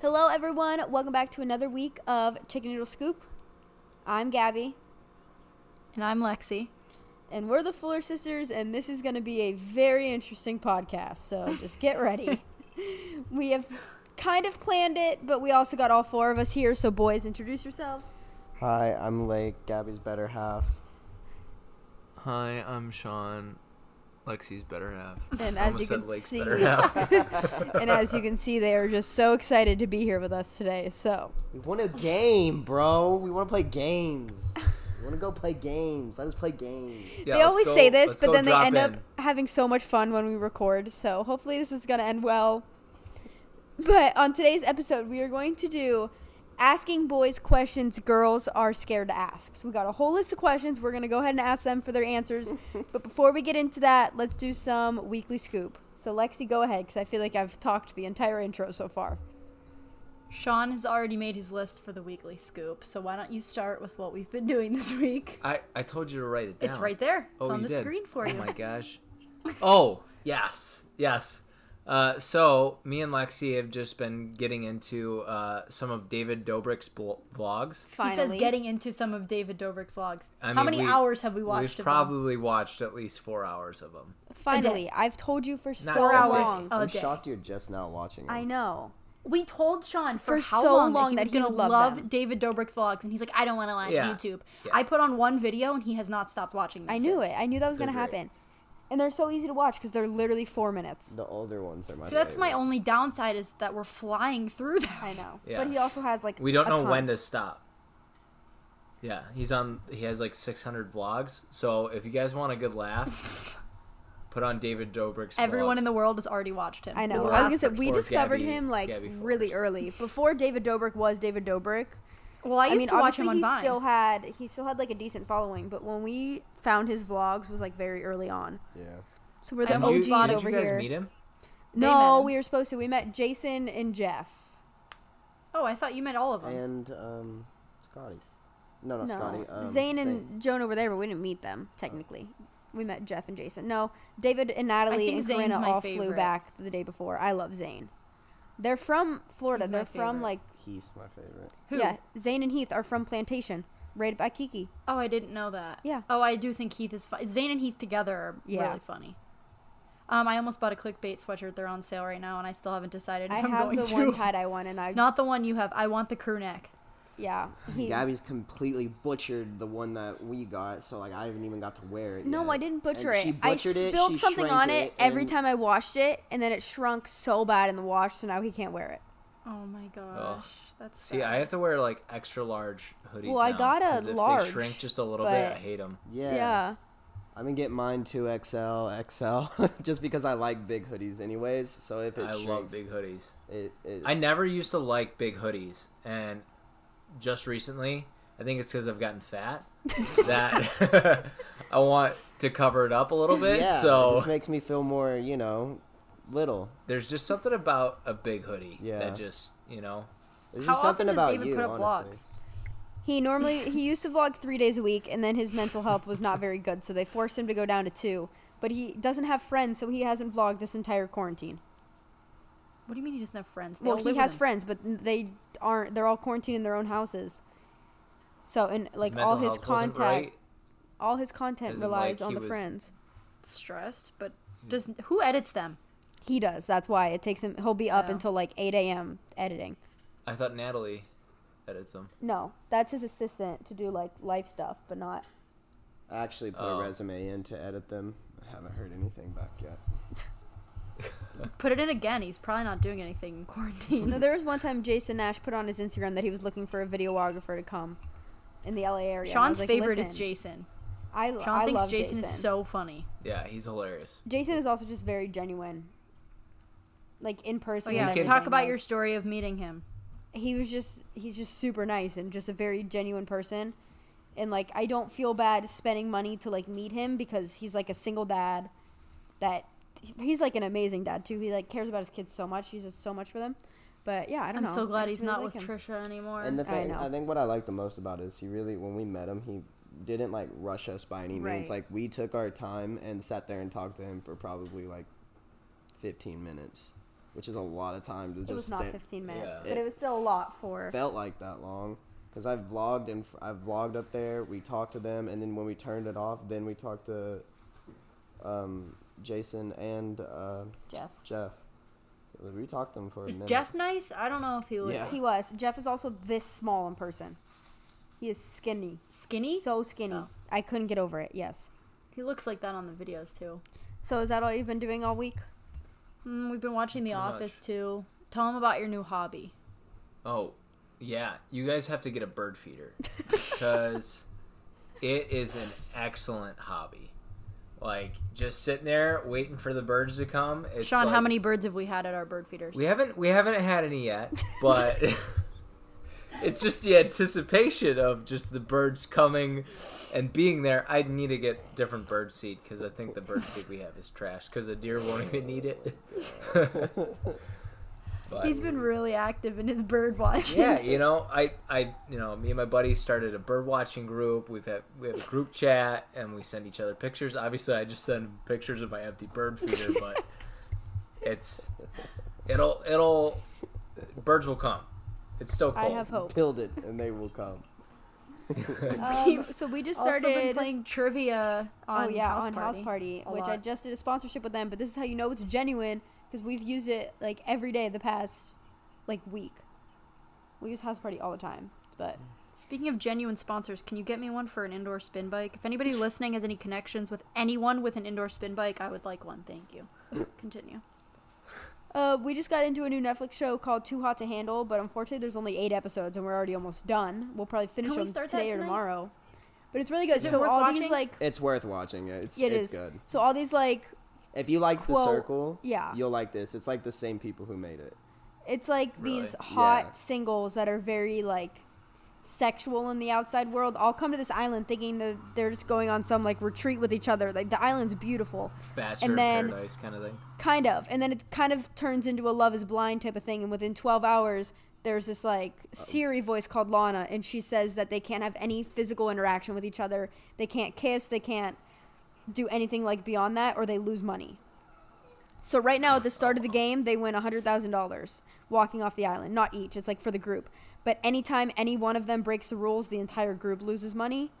Hello, everyone. Welcome back to another week of Chicken Noodle Scoop. I'm Gabby, And I'm Lexi. and we're the Fuller Sisters, and this is going to be a very interesting podcast. So just get ready. we have kind of planned it, but we also got all four of us here. So, boys, introduce yourselves. Hi, I'm Lake, Gabby's better half. Hi, I'm Sean. Lexi's better half. And I as almost you said can Lake's see, better half. and as you can see, they are just so excited to be here with us today. So, We want a game, bro. We want to play games. We want to go play games. Let us play games. Yeah, they let's always go- say this, let's but go then they drop end up in. having so much fun when we record. So hopefully this is going to end well. But on today's episode, we are going to do asking boys questions girls are scared to ask. So we got a whole list of questions. We're going to go ahead and ask them for their answers. but before we get into that, let's do some weekly scoop. So Lexi, go ahead because I feel like I've talked the entire intro so far. Sean has already made his list for the weekly scoop, so why don't you start with what we've been doing this week? I, I told you to write it down. It's right there. It's Oh, on you the did. screen for you. Oh my gosh. Oh, yes. Yes. Uh, so, me and Lexi have just been getting into uh, some of David Dobrik's bl- vlogs. He Finally, says getting into some of David Dobrik's vlogs. I How mean, many we- hours have we watched We've of them? probably watched at least four hours of them. finally, I've told you for so Four hours long. a I'm day. shocked you're just now watching. Oh, I it. know. We told Sean for, For how so long, long that that he he was would going love to love them. David Dobrik's vlogs, and he's like, I don't want to watch Yeah. YouTube. Yeah. I put on one video, and he has not stopped watching them I knew since. it. I knew that was They're going to great. happen. And they're so easy to watch because they're literally four minutes. The older ones are my. So that's my favorite. only downside is that we're flying through them. I know. Yeah. But he also has like. We don't a know ton. when to stop. Yeah, he's on. He has like 600 vlogs. So if you guys want a good laugh, put on David Dobrik's. Everyone vlogs. in the world has already watched him. I know. Or I was gonna say Asperger's we or discovered Gabby- him like Gabby really Forrest. early before David Dobrik was David Dobrik. Well, I I, used mean, to watch obviously him on he Vine. still had he still had like a decent following, but when we found his vlogs was like very early on. Yeah. So we're I the Did OGs you, almost bought did over you guys here. meet him? They met No, him. we were supposed to. We met Jason and Jeff. Oh, I thought you meant all of them. And um, Scotty. No, not No, Scotty. Um, Zane and Jonah were there, but we didn't meet them technically. We met Jeff and Jason. No, David and Natalie think and Zane's Karina my all flew favorite. back the day before. I love Zane. They're from Florida. He's my They're from favorite. like Heath's my favorite. Who? yeah. Zane and Heath are from Plantation, right by Kiki. Oh, I didn't know that. Yeah. Oh, I do think Heath is funny. Zane and Heath together are Yeah. really funny. Um, I almost bought a clickbait sweatshirt. They're on sale right now, and I still haven't decided if I am have going the to. one tie dye one, and I Not the one you have. I want the crew neck. yeah. He, Gabby's completely butchered the one that we got, so like I haven't even got to wear it. no, yet. I didn't butcher And she it. I butchered it, spilled she something shrank on it, every and- time I washed it, and then it shrunk so bad in the wash, so now he can't wear it. Oh my gosh, that's See, I have to wear like extra large hoodies. Well, I now, got a 'cause if large, They shrink just a little bit. I but- hate them. Yeah. Yeah. I've been getting mine two XL, XL, just because I like big hoodies, anyways. So if it I shrinks, love big hoodies. It, it's, I never used to like big hoodies, and just recently, I think it's because I've gotten fat that I want to cover it up a little bit. Yeah, it so just makes me feel more, you know, little. there's just something about a big hoodie Yeah. that just you know. There's How just something often does about David you, put up honestly. vlogs? He normally he used to vlog three days a week, and then his mental health was not very good, so they forced him to go down to two. But he doesn't have friends, so he hasn't vlogged this entire quarantine. What do you mean he doesn't have friends? They Well, all he live with has him. friends, but n- they aren't. They're all quarantined in their own houses. So and like all mental his health wasn't content, right. all his content As in, relies like, on he the was- friends. Stressed, but Hmm. does who edits them? He does. That's why it takes him. He'll be up Oh. until like eight a.m. editing. I thought Natalie edits them. No, that's his assistant to do like life stuff, but not. I actually put Oh. a resume in to edit them. I haven't heard anything back yet. Put it in again. He's probably not doing anything in No, quarantine. there was one time Jason Nash put on his Instagram that he was looking for a videographer to come in the LA area. and I was Sean's like, favorite is "Listen, Jason. I, Sean I thinks love Jason, Jason is so funny. Yeah, he's hilarious. Jason is also just very genuine. like in person. Oh, yeah, and can- talk everything, about like, your story of meeting him. He was just he's just super nice and just a very genuine person, and like I don't feel bad spending money to like meet him because he's like a single dad, that he's like an amazing dad too. He like cares about his kids so much. He does so much for them. But yeah, I don't I'm know. so glad I he's just really not like with him. Trisha anymore. Uh, And the I thing, know. I, think what I like the most about it is he really, when we met him, he didn't like rush us by any means. Right. Like we took our time and sat there and talked to him for probably like 15 minutes, which is a lot of time to It just was not sit. 15 minutes, Yeah. but it was still a lot for. Felt like that long because I vlogged and I vlogged up there. We talked to them, and then when we turned it off, then we talked to um, Jason and uh, Jeff. Jeff. So we talked to them for a Is minute. Jeff nice? I don't know if he would. Yeah. He was. Jeff is also this small in person. He is skinny. Skinny? So skinny. Oh. I couldn't get over it. Yes. he looks like that on the videos too. So is that all you've been doing all week? Mm, we've been watching The much. Office too. Tell him about your new hobby. Oh, yeah. You guys have to get a bird feeder because it is an excellent hobby. Like just sitting there waiting for the birds to come. It's Sean, how like- many birds have we had at our bird feeders? We haven't we haven't had any yet, but it's just the anticipation of just the birds coming and being there. I'd need to get different bird seed because I think the bird seed we have is trash because the deer won't even eat it. But- He's been really active in his bird watching. yeah, you know, I, I, you know, me and my buddy started a bird watching group. We've had we have a group chat and we send each other pictures. Obviously, I just send pictures of my empty bird feeder, but it's it'll it'll birds will come. It's still I cold. have hope. Killed it, and they will come. Um, so we just Also been started. playing trivia on oh yeah, House on Party. House Party, A which I lot. just did a sponsorship with them. But this is how you know it's genuine because we've used it like every day the past like week. We use House Party all the time, but Speaking of genuine sponsors, can you get me one for an indoor spin bike? If anybody listening has any connections with anyone with an indoor spin bike, I would like one. Thank you. Continue. Uh, we just got into a new Netflix show called Too Hot to Handle, but unfortunately, there's only eight episodes, and we're already almost done. We'll probably finish Can we them start that today or tonight? tomorrow. But it's really good. it so worth all these watching? like, It's worth watching. It's yeah, it it's is. good. So all these like, If you like Quote- the circle, yeah. you'll like this. It's like the same people who made it. it's like Really? these hot Yeah. singles that are very like sexual in the outside world. All come to this island thinking that they're just going on some like retreat with each other. Like the island's beautiful. Bachelor and in then- Paradise kind of thing. kind of and then it kind of turns into a love is blind type of thing and within 12 hours there's this like siri voice called lana and she says that they can't have any physical interaction with each other they can't kiss they can't do anything like beyond that or they lose money so right now at the start of the game they win $100000 walking off the island not each it's like for the group but anytime any one of them breaks the rules the entire group loses money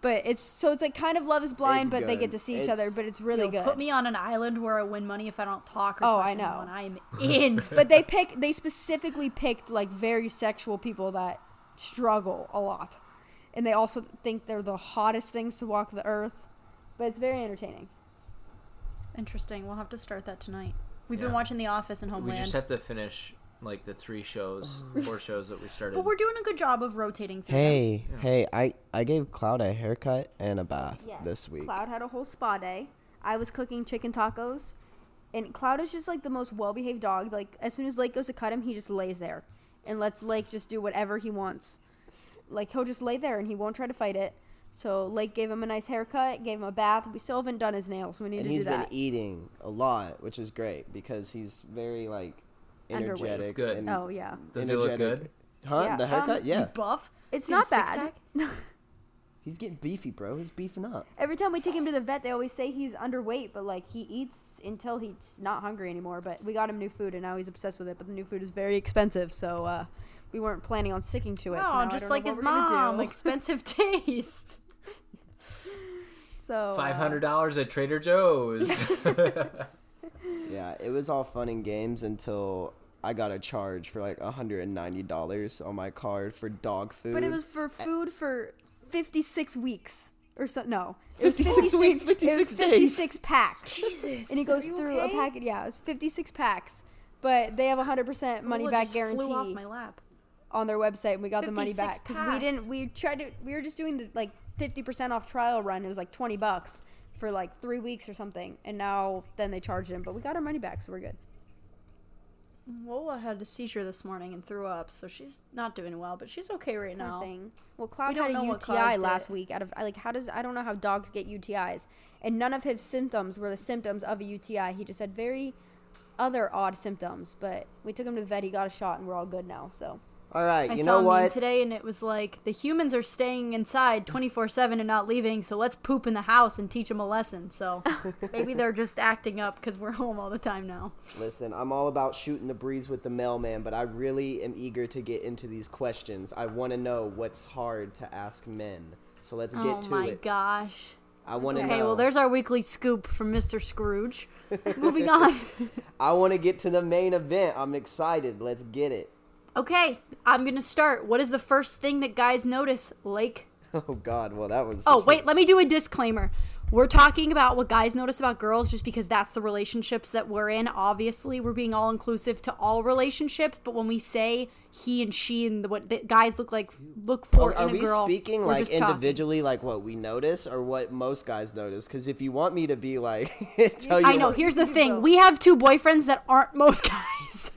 but it's so it's like kind of love is blind It's but they good. get to see each It's- other but it's really Yo, good Put me on an island where I win money if I don't talk or Oh, touch I know. anyone. I'm in. but they pick they specifically picked like very sexual people that struggle a lot and they also think they're the hottest things to walk the earth but it's very entertaining Interesting. We'll have to start that tonight. We've been Yeah. watching The Office Oh, and We Homeland. just have to finish like the three shows, four shows that we started. but we're doing a good job of rotating through. them. Hey, hey, I, I gave Cloud a haircut and a bath this week. cloud had a whole spa day i was cooking chicken tacos and cloud is just like the most well-behaved dog like as soon as lake goes to cut him he just lays there and lets lake just do whatever he wants like he'll just lay there and he won't try to fight it so lake gave him a nice haircut gave him a bath we still haven't done his nails we need and to do he's that been eating a lot, which is great because he's very like Underweight. It's energetic. good. And Oh yeah, Does it look energetic. good? Huh? Yeah. The Um, haircut? Is yeah. he buff? it's Is he a not bad. six-pack? He's getting beefy, bro. He's beefing up. Every time we take him to the vet, they always say he's underweight, but like he eats until he's not hungry anymore. But we got him new food, and now he's obsessed with it. But the new food is very expensive, so uh, we weren't planning on sticking to it. so now I Oh, don't just know like what his we're gonna mom. do. Expensive taste. so uh, Five hundred dollars at Trader Joe's. Yeah, it was all fun and games until I got a charge for like $190 on my card for dog food. But it was for food for fifty six weeks or so. No, it was 56 weeks, it was 56 days. Fifty six packs. Jesus. And he goes you through okay? a packet. Yeah, it was fifty six packs. But they have a hundred percent money Well, it back just guarantee. Flew off my lap. on their website and we got the money 56 back because we packs. didn't we tried to we were just doing the like 50% off trial run it was like 20 bucks for like three weeks or something and now then they charged him but we got our money back so we're good Lola had a seizure this morning and threw up, so she's not doing well, but she's okay right Poor now. thing. Well, Cloud don't had a know what UTI caused last it. week. Out of I- like, how does I don't know how dogs get UTIs, and none of his symptoms were the symptoms of a UTI. He just had very other odd symptoms. But we took him to the vet. He got a shot, and we're all good now. So All right, I you saw know a meme what? today and it was like the humans are staying inside 24/7 and not leaving, so let's poop in the house and teach them a lesson. So maybe they're just acting up cuz we're home all the time now. Listen, I'm all about shooting the breeze with the mailman, but I really am eager to get into these questions. I want to know what's hard to ask men. So let's get oh to my it. gosh. I want to Okay, know. well there's our weekly scoop from Mr. Scrooge. Moving on. I want to get to the main event. I'm excited. Let's get it. Okay, I'm going to start. What is the first thing that guys notice? Lake Oh God. Well, that was. Oh, such a- wait, let me do a disclaimer. We're talking about what guys notice about girls just because that's the relationships that we're in. Obviously, we're being all inclusive to all relationships, but when we say he and she and the, what the guys look like look for Are, are in a we girl, speaking we're like just talking. individually, like what we notice, or what most guys notice? Because if you want me to be like, tell you, I know. what- Here's the thing: we have two boyfriends that aren't most guys,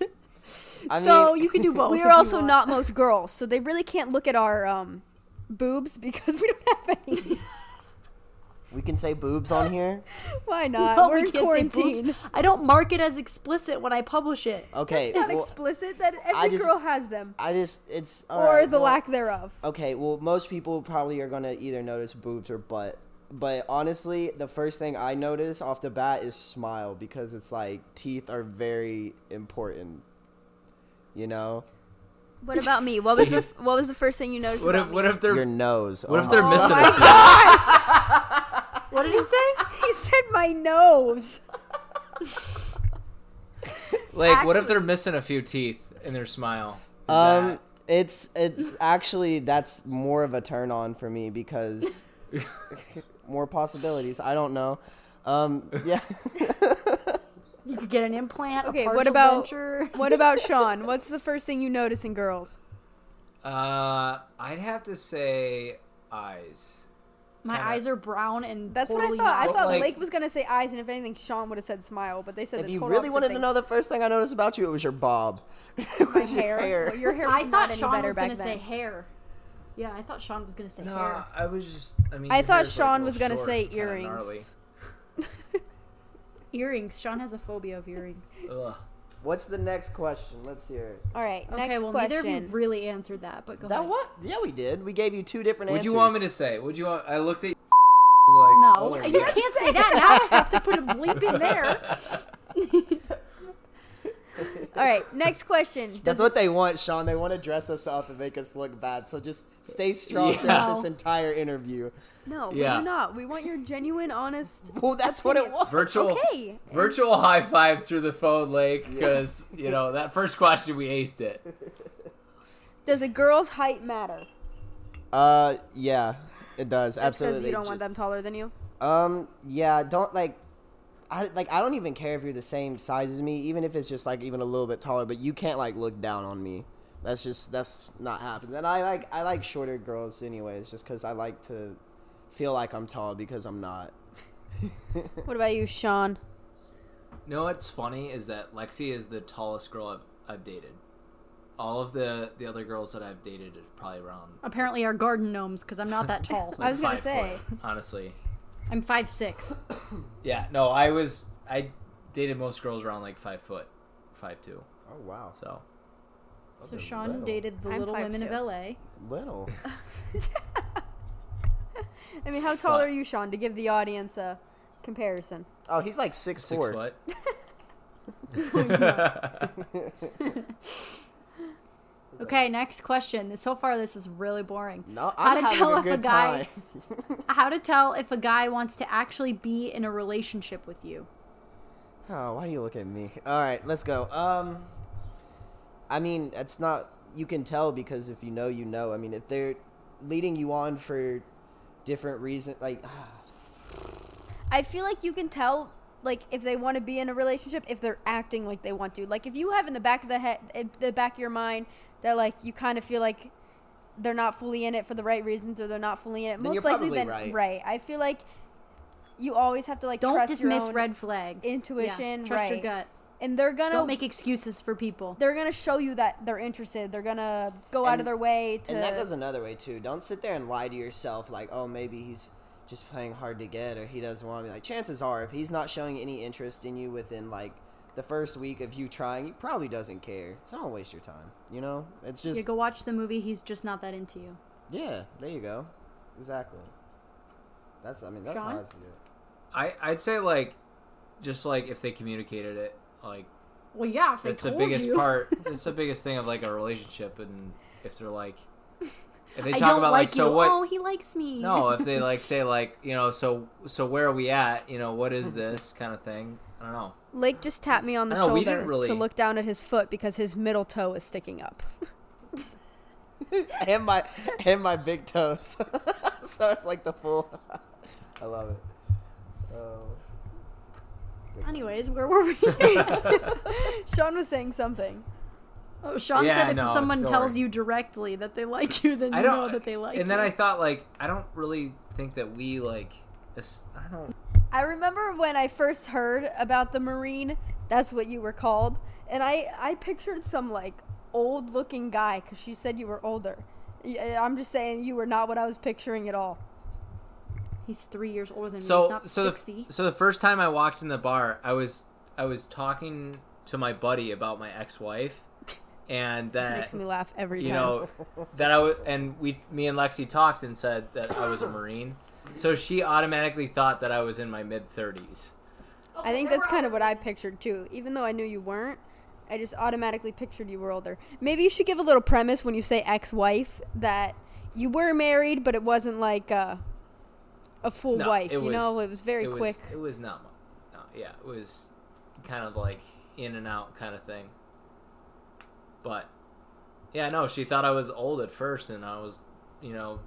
I so mean- you can do both. we if are you also want. not most girls, so they really can't look at our um, boobs because we don't have any. we can say boobs on here. Why not? No, we're we in can't say boobs. quarantine. I don't mark it as explicit when I publish it. Okay. Not well, explicit that I every just- girl has them, I just it's all or right, the well- lack thereof. Okay, well, most people probably are gonna either notice boobs or butt. But honestly, the first thing I notice off the bat is smile because it's like teeth are very important. You know, What about me? What was the What was the first thing you noticed? What if what if they're your nose. what oh if they're my- missing a few? What did he say? he said my nose. Like what if they're missing a few teeth in their smile? Is Um, that- it's it's actually that's more of a turn on for me because more possibilities. I don't know. Um, yeah. You could get an implant. Okay, a what partial about- denture. What about Sean? What's the first thing you notice in girls? Uh, I'd have to say eyes. My Kinda- eyes are brown and That's totally what I thought. not- I thought like- Lake was gonna say eyes, and if anything, Sean would have said smile. But they said if the you total really opposite wanted to thing. know the first thing I noticed about you, it was your bob. It was your hair, Well, your hair. I was not thought any Sean better was back gonna then. say hair. Yeah, I thought Sean was gonna say Nah, hair. I was just. I mean, I your thought hair's, like, Sean real was gonna short, say kinda gnarly. earrings. Earrings. Sean has a phobia of earrings. Ugh. What's the next question? Let's hear it. All right, Okay, next well question. neither of you really answered that, but go That ahead. what? Yeah, we did. We gave you two different Would answers. you want me to say? Would you want? I looked at. you was No, like, oh, you yeah. can't say that. Now I have to put a bleep in there. All right, next question. That's Does, what they want, Sean. They want to dress us up and make us look bad. So just stay strong Yeah. throughout No. this entire interview. no, we Yeah. do not. We want your genuine, honest. Well, that's what it was. Virtual. Okay. Virtual high five through the phone, Lake, because you know that first question we aced it. Does a girl's height matter? Uh, yeah, it does absolutely. Because you don't want Ju- them taller than you. Um, yeah, don't like. I, like I don't even care if you're the same size as me, even if it's just like even a little bit taller. But you can't like look down on me. That's just that's not happening. And I like I like shorter girls anyways, just because I like to feel like I'm tall because I'm not. What about you, Sean? You know what's funny is that Lexi is the tallest girl I've, I've dated. All of the the other girls that I've dated is probably around. Apparently, our garden gnomes, because I'm not that tall. like, was gonna five say. foot, honestly. I'm five six. Yeah, no, I was I dated most girls around like five foot, five two. Oh wow, So So Sean little. dated the I'm Little Women 5'2". of LA. little. I mean, how tall But- are you, Sean, to give the audience a comparison? Oh, he's like six, six four. foot. Okay, next question. So far, this is really boring. No, How I'm to having tell a if a good guy- time. How to tell if a guy wants to actually be in a relationship with you? Oh, why do you look at me? All right, let's go. Um, I mean, it's not. You can tell because if you know, you know. I mean, if they're leading you on for different reasons, like I feel like you can tell like if they want to be in a relationship if they're acting like they want to. Like if you have in the back of the head in the back of your mind that like you kind of feel like they're not fully in it for the right reasons or they're not fully in it. you're Most likely probably then right. I feel like you always have to like Don't trust your dismiss own- red flags. Yeah, intuition, trust your right. gut. and they're gonna Don't make excuses for people. they're gonna show you that they're interested. They're gonna go out of And- their way to. And that goes another way too. Don't sit there and lie to yourself like, oh, maybe he's just playing hard to get or he doesn't want me. Like chances are, if he's not showing any interest in you within like the first week of you trying, he probably doesn't care. So don't waste your time. You know, it's just Yeah, go watch the movie. He's just not that into you. yeah. There you go. Exactly. That's I mean that's Sean? how I see it. I I'd say like, just like if they communicated it, like Well, yeah, if they that's the told biggest you. part. It's the biggest thing of like a relationship, and if they're like, if they I talk don't about like, like, you. so what? Oh, he likes me. No, if they like say like you know, so so where are we at? You know, what is this kind of thing? I don't know. Lake just tapped me on the I know, we shoulder didn't really- to look down at his foot because his middle toe is sticking up. And my and my big toes. so it's like the full. I love it. Oh. Anyways, where were we? Sean was saying something. oh, Sean Yeah, said if no, someone don't tells worry. you directly that they like you, then I you don't know that they like you. And then I thought like I don't really think that we like. as- I don't. I remember when I first heard about the Marine, that's what you were called, and I, I pictured some like old looking guy because she said you were older. Y- I'm just saying you were not what I was picturing at all. he's three years older than me. He's so not so sixty. the, so the first time I walked in the bar, I was I was talking to my buddy about my ex-wife and that Makes me laugh every Uh, you time. know that I was and we me and Lexi talked and said that I was a marine. So she automatically thought that I was in my mid 30s. I think that's kind of what I pictured too. Even though I knew you weren't, I just automatically pictured you were older. Maybe you should give a little premise when you say ex-wife that you were married, but it wasn't like a, a full No, wife. it You was- know, it was very it was- quick. it was not my, no, yeah, it was kind of like in and out kind of thing. But yeah, no, she thought I was old at first and I was, you know,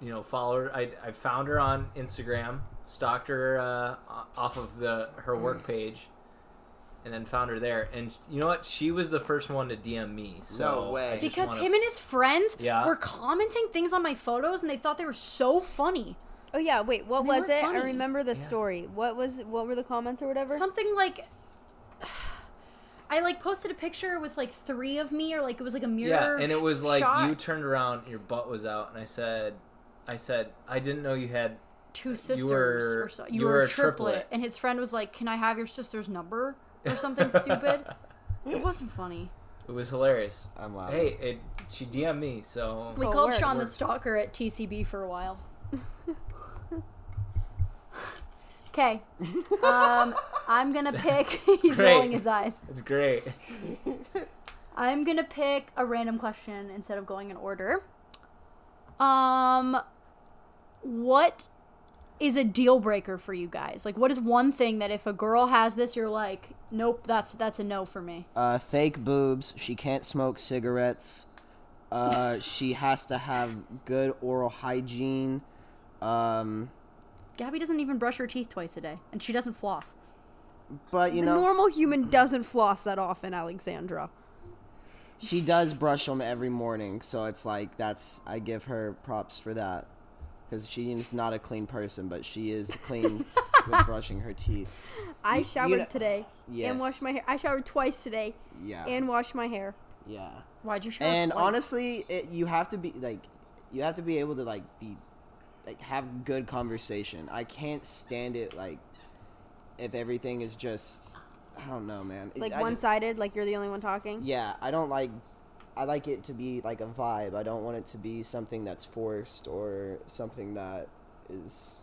you know, followed I I found her on Instagram, stalked her uh, o- off of the her Mm. work page. And then found her there, and you know what? She was the first one to DM me. So No way. I just because wanna- him and his friends Yeah. were commenting things on my photos, and they thought they were so funny. Oh yeah, wait, what They was weren't it? funny. I remember the story. What was what were the comments or whatever? Something like. I like posted a picture with like three of me, or like it was like a Yeah, mirror. and it was like shot. you turned around, your butt was out, and I said, I said, I didn't know you had. two sisters were- or so. you were a triplet. and his friend was like, "Can I have your sister's number or something stupid?" It wasn't funny. It was hilarious. I'm laughing. Hey, it, she DM'd me, so we it called worked. Sean the stalker at TCB for a while. Okay, um, I'm gonna pick. He's Great. rolling his eyes. it's great. I'm gonna pick a random question instead of going in order. Um, what is a deal breaker for you guys? Like, what is one thing that if a girl has this, you're like, nope, that's that's a no for me. uh, fake boobs. She can't smoke cigarettes. Uh, she has to have good oral hygiene. Um, Gabby doesn't even brush her teeth twice a day, and she doesn't floss. but you the know, normal human doesn't floss that often, Alexandra. she does brush them every morning, so it's like that's I give her props for that because she's not a clean person, but she is clean with brushing her teeth. I showered know- today Yes. and washed my hair. I showered twice today Yeah. and washed my hair. yeah. Why'd you show and honestly it, you have to be like you have to be able to like be like have good conversation i can't stand it like if everything is just i don't know man It- Like I just- one-sided, like you're the only one talking. yeah i don't like i like it to be like a vibe i don't want it to be something that's forced or something that is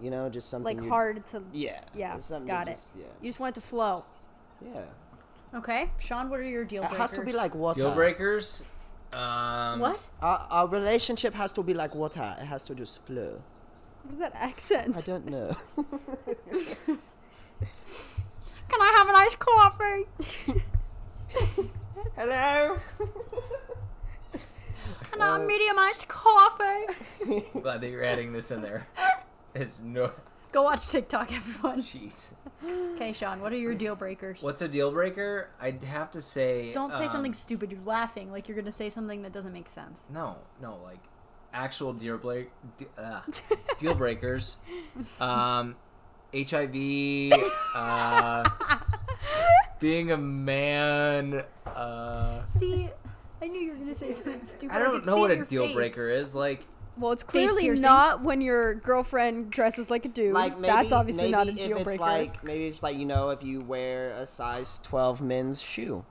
you know just something like you- hard to yeah yeah it's something you got it just- you just want it to flow yeah yeah Okay, Sean, what are your deal it has breakers? to be like water Deal breakers. Um, what? our, our relationship has to be like water it has to just flow what is that accent i don't know Can I have an iced coffee? Hello. Can I have medium iced coffee? Glad that you're adding this in there. It's no. Go watch TikTok, everyone. Jeez. Okay, Sean, what are your deal breakers? What's a deal breaker? I'd have to say. Don't say um, something stupid. You're laughing like you're gonna say something that doesn't make sense. No, no, like actual deal break, de- uh, deal breakers. Um, HIV. Uh, being a man. Uh, See, I knew you were gonna say something stupid. I could don't know see what it in a your deal face. breaker is. Like, Well, it's clearly piercings. not when your girlfriend dresses like a dude. Like maybe, That's obviously maybe not a if deal it's breaker. like maybe it's like you know if you wear a size twelve men's shoe,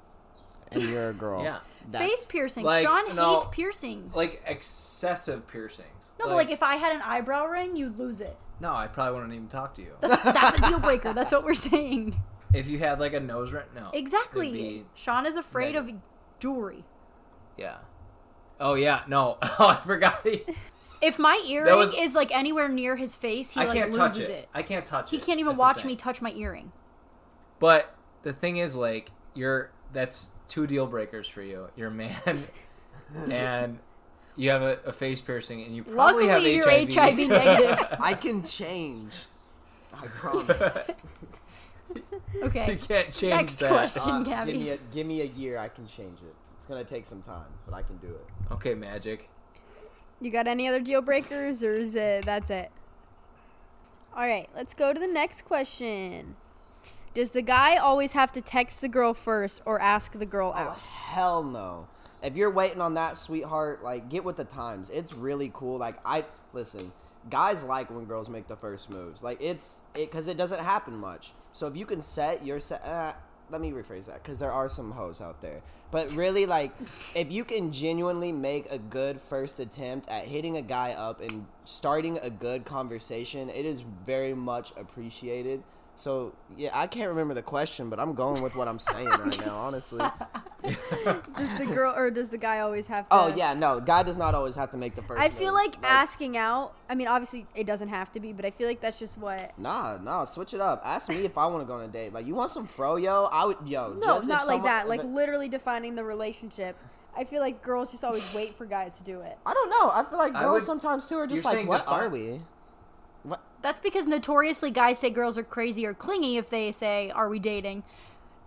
and you're a girl. Yeah. that's- Face piercing. Like, Sean no, hates piercings. like excessive piercings. no, but like if I had an eyebrow ring, you lose it. no, I probably wouldn't even talk to you. That's, that's a deal breaker. That's what we're saying. if you had like a nose ring, no, it'd Exactly. be- Sean is afraid of negative. jewelry. yeah. Oh yeah, no. Oh, I forgot. If my earring was- is like anywhere near his face, he I like can't loses touch it. it. I can't touch He it. can't even That's the watch thing. me touch my earring. But the thing is, like, you're that's two deal breakers for you. You're a man, and you have a, a face piercing, and you probably Luckily, have you're HIV. HIV negative. I can change. I promise. Uh, you Okay. can't change Next that. question, Uh, Gabby. Give me a give me a year. I can change it. It's gonna take some time, but I can do it. Okay, magic. You got any other deal breakers, or is it that's it? All right, let's go to the next question. Does the guy always have to text the girl first or ask the girl Oh. out? Hell no. If you're waiting on that sweetheart, like get with the times. It's really cool. Like I listen, guys like when girls make the first moves. Like it's it because it doesn't happen much. So if you can set your set. Uh, let me rephrase that because there are some hoes out there. But really, like, if you can genuinely make a good first attempt at hitting a guy up and starting a good conversation, it is very much appreciated. So, yeah, I can't remember the question, but I'm going with what I'm saying right now, honestly. Does the girl or does the guy always have to? Oh yeah, no, guy does not always have to make the first. I feel move. like asking out. I mean, obviously it doesn't have to be, but I feel like that's just what. Nah, nah, switch it up. Ask me if I want to go on a date. Like, you want some fro, yo? I would, yo. No, just if not like someone- that. Like if- literally defining the relationship. I feel like girls just always wait for guys to do it. I don't know. I feel like I girls would- sometimes too are you're just like, saying what define- are we? What? That's because notoriously guys say girls are crazy or clingy if they say, Are we dating?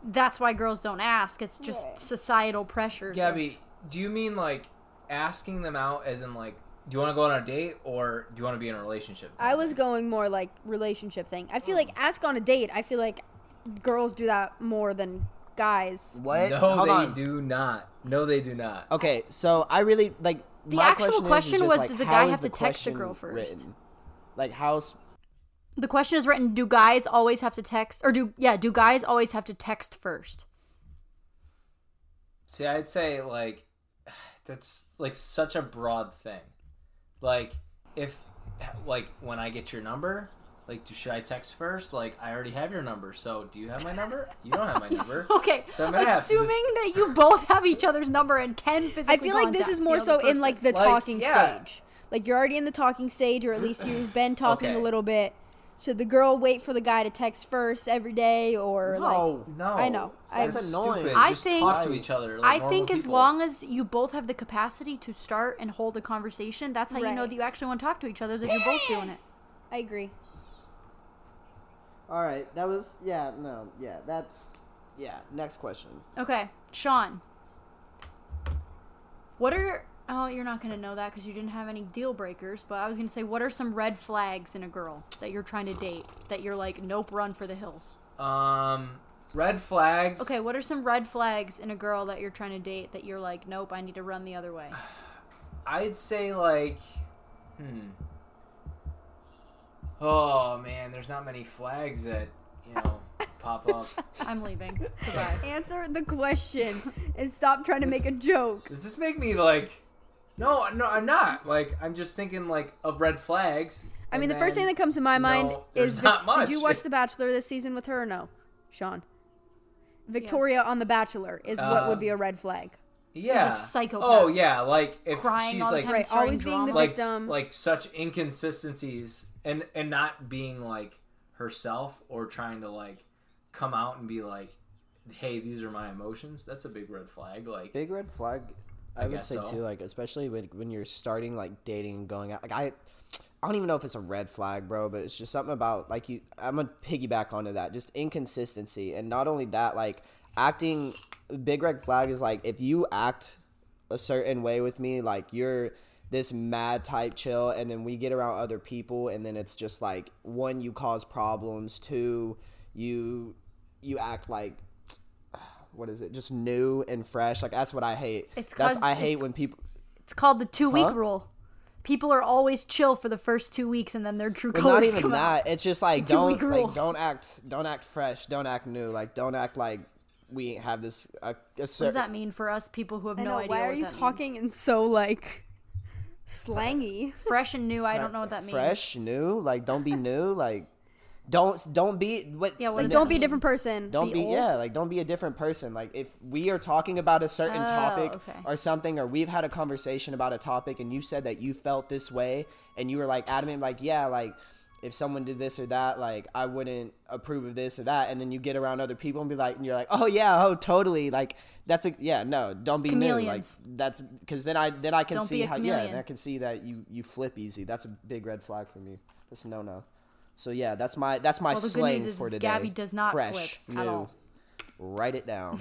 That's why girls don't ask. It's just societal pressures. of- Gabby, do you mean like asking them out, as in like, do you want to go on a date, or do you want to be in a relationship? I was going more like relationship thing. I feel like ask on a date. I feel like girls do that more than guys. What? No, Hold they on. do not. No, they do not. Okay, so I really like. The my question, actual is- is question just, was, like, does a how guy is have the to text a question girl first? written? Like, how's The question is written Do guys always have to text? Or do, yeah, do guys always have to text first? See, I'd say like that's like such a broad thing. Like if like when I get your number, like do, should I text first? Like I already have your number, so do you have my number? You don't have my number. Okay, So I'm gonna have to- assuming that you both have each other's number and can physically. I feel like this contact is the more other so in person. like the Like, talking yeah. stage. Like you're already in the talking stage, or at least you've been talking Okay. a little bit. Should the girl wait for the guy to text first every day, or no? No, I know. I- that's That's annoying. Stupid. I Just think- talk to each other. like I normal think as people. long as you both have the capacity to start and hold a conversation, that's how you know Right. that you actually want to talk to each other. Is if you're both doing it. like I agree. All right, that was yeah, no, yeah, that's yeah. Next question. Okay, Sean. What are oh you're not gonna know that because you didn't have any deal breakers. But I was gonna say, what are some red flags in a girl that you're trying to date that you're like, nope, run for the hills. um red flags. Okay, what are some red flags in a girl that you're trying to date that you're like, nope, I need to run the other way? I'd say like, hmm. Oh man, there's not many flags that you know pop up. I'm leaving. Goodbye. Answer the question and stop trying to make a joke. Does this make me like? No, no, I'm not. Like, I'm just thinking like of red flags. I mean, the first thing that comes to my no, mind there's is Vic- not much. did you watch The Bachelor this season with her or no, Sean? Victoria on The Bachelor is what would be a red flag. yeah. psychopath. Oh yeah, like if Crying she's all the like time, Right, starting always being the drama. like victim. like such inconsistencies and and not being like herself or trying to like come out and be like, hey, these are my emotions. That's a big red flag. Like, Big red flag. I, would guess say so. too, like especially when when you're starting like dating and going out. Like I, I don't even know if it's a red flag, bro, but it's just something about like you. I'm gonna piggyback onto that. Just inconsistency, and not only that, like acting. Big red flag is like if you act a certain way with me, like you're this mad type chill, and then we get around other people, and then it's just like one, you cause problems, two, you you act like what is it? Just new and fresh. Like that's what I hate. It's that's 'cause I hate it's- when people. It's called the two week Huh? rule. People are always chill for the first two weeks, and then their true Well, colors not even come out. that. It's just like Two-week don't rule. like don't act don't act fresh. Don't act new. Like don't act like we have this. Uh, a What does certain, that mean for us people who have I no know. idea? Why are what you that means? talking in so like slangy? Fresh and new. I don't know what that means. Fresh, new. Like don't be new. Like don't don't be what. Yeah, what like, does Don't that be a mean? different person. Don't Be be old? yeah, like don't be a different person. Like if we are talking about a certain topic Oh, okay. or something, or we've had a conversation about a topic, and you said that you felt this way, and you were like adamant, like yeah, like if someone did this or that, like I wouldn't approve of this or that, and then you get around other people and be like, and you're like, oh yeah, oh totally, like that's a yeah, no, don't be new, like Chameleons. that's because then I then I can Don't see be a how yeah, chameleon. and I can see that you you flip easy. That's a big red flag for me. That's a no no. So yeah, that's my that's my Well, the good slang news is- for is today. Gabby does not fresh, flip at new. all. Write it down.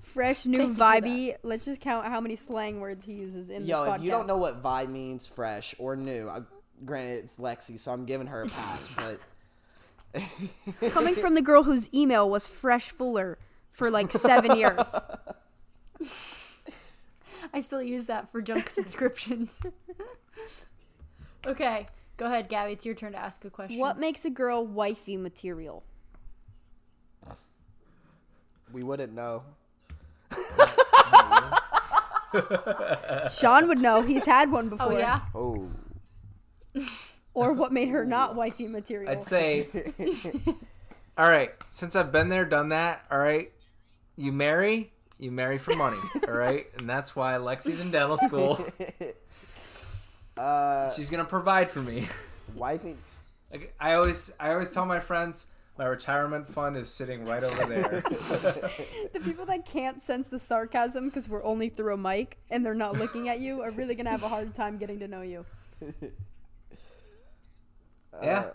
Fresh, new, vibey. Let's just count how many slang words he uses in Yo, this podcast. if you don't know what "vi" means, fresh or new. I, granted, it's Lexi, so I'm giving her a pass. but coming from the girl whose email was Fresh Fuller for like seven years. I still use that for junk subscriptions. okay, go ahead, Gabby. It's your turn to ask a question. What makes a girl wifey material? we wouldn't know. Sean would know. He's had one before. Oh yeah. Oh, Or what made her not wifey material? I'd say, all right, since I've been there, done that, all right, you marry, you marry for money, all right? And that's why Lexi's in dental school. uh, She's going to provide for me. wifey. Like, I always I always tell my friends, my retirement fund is sitting right over there. Uh, the people that can't sense the sarcasm because we're only through a mic and they're not looking at you are really gonna have a hard time getting to know you. yeah.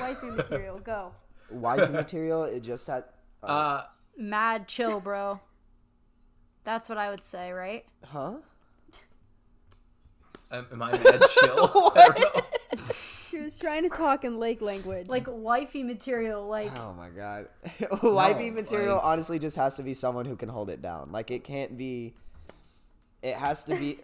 Wifey material, go. Wifey material. It just had. Uh, Mad chill, bro. That's what I would say, right? Huh? am am I mad chill? I don't know. She was trying to talk in lake language. Like wifey material, like Oh my god. wifey No, material like- honestly just has to be someone who can hold it down. Like it can't be. It has to be.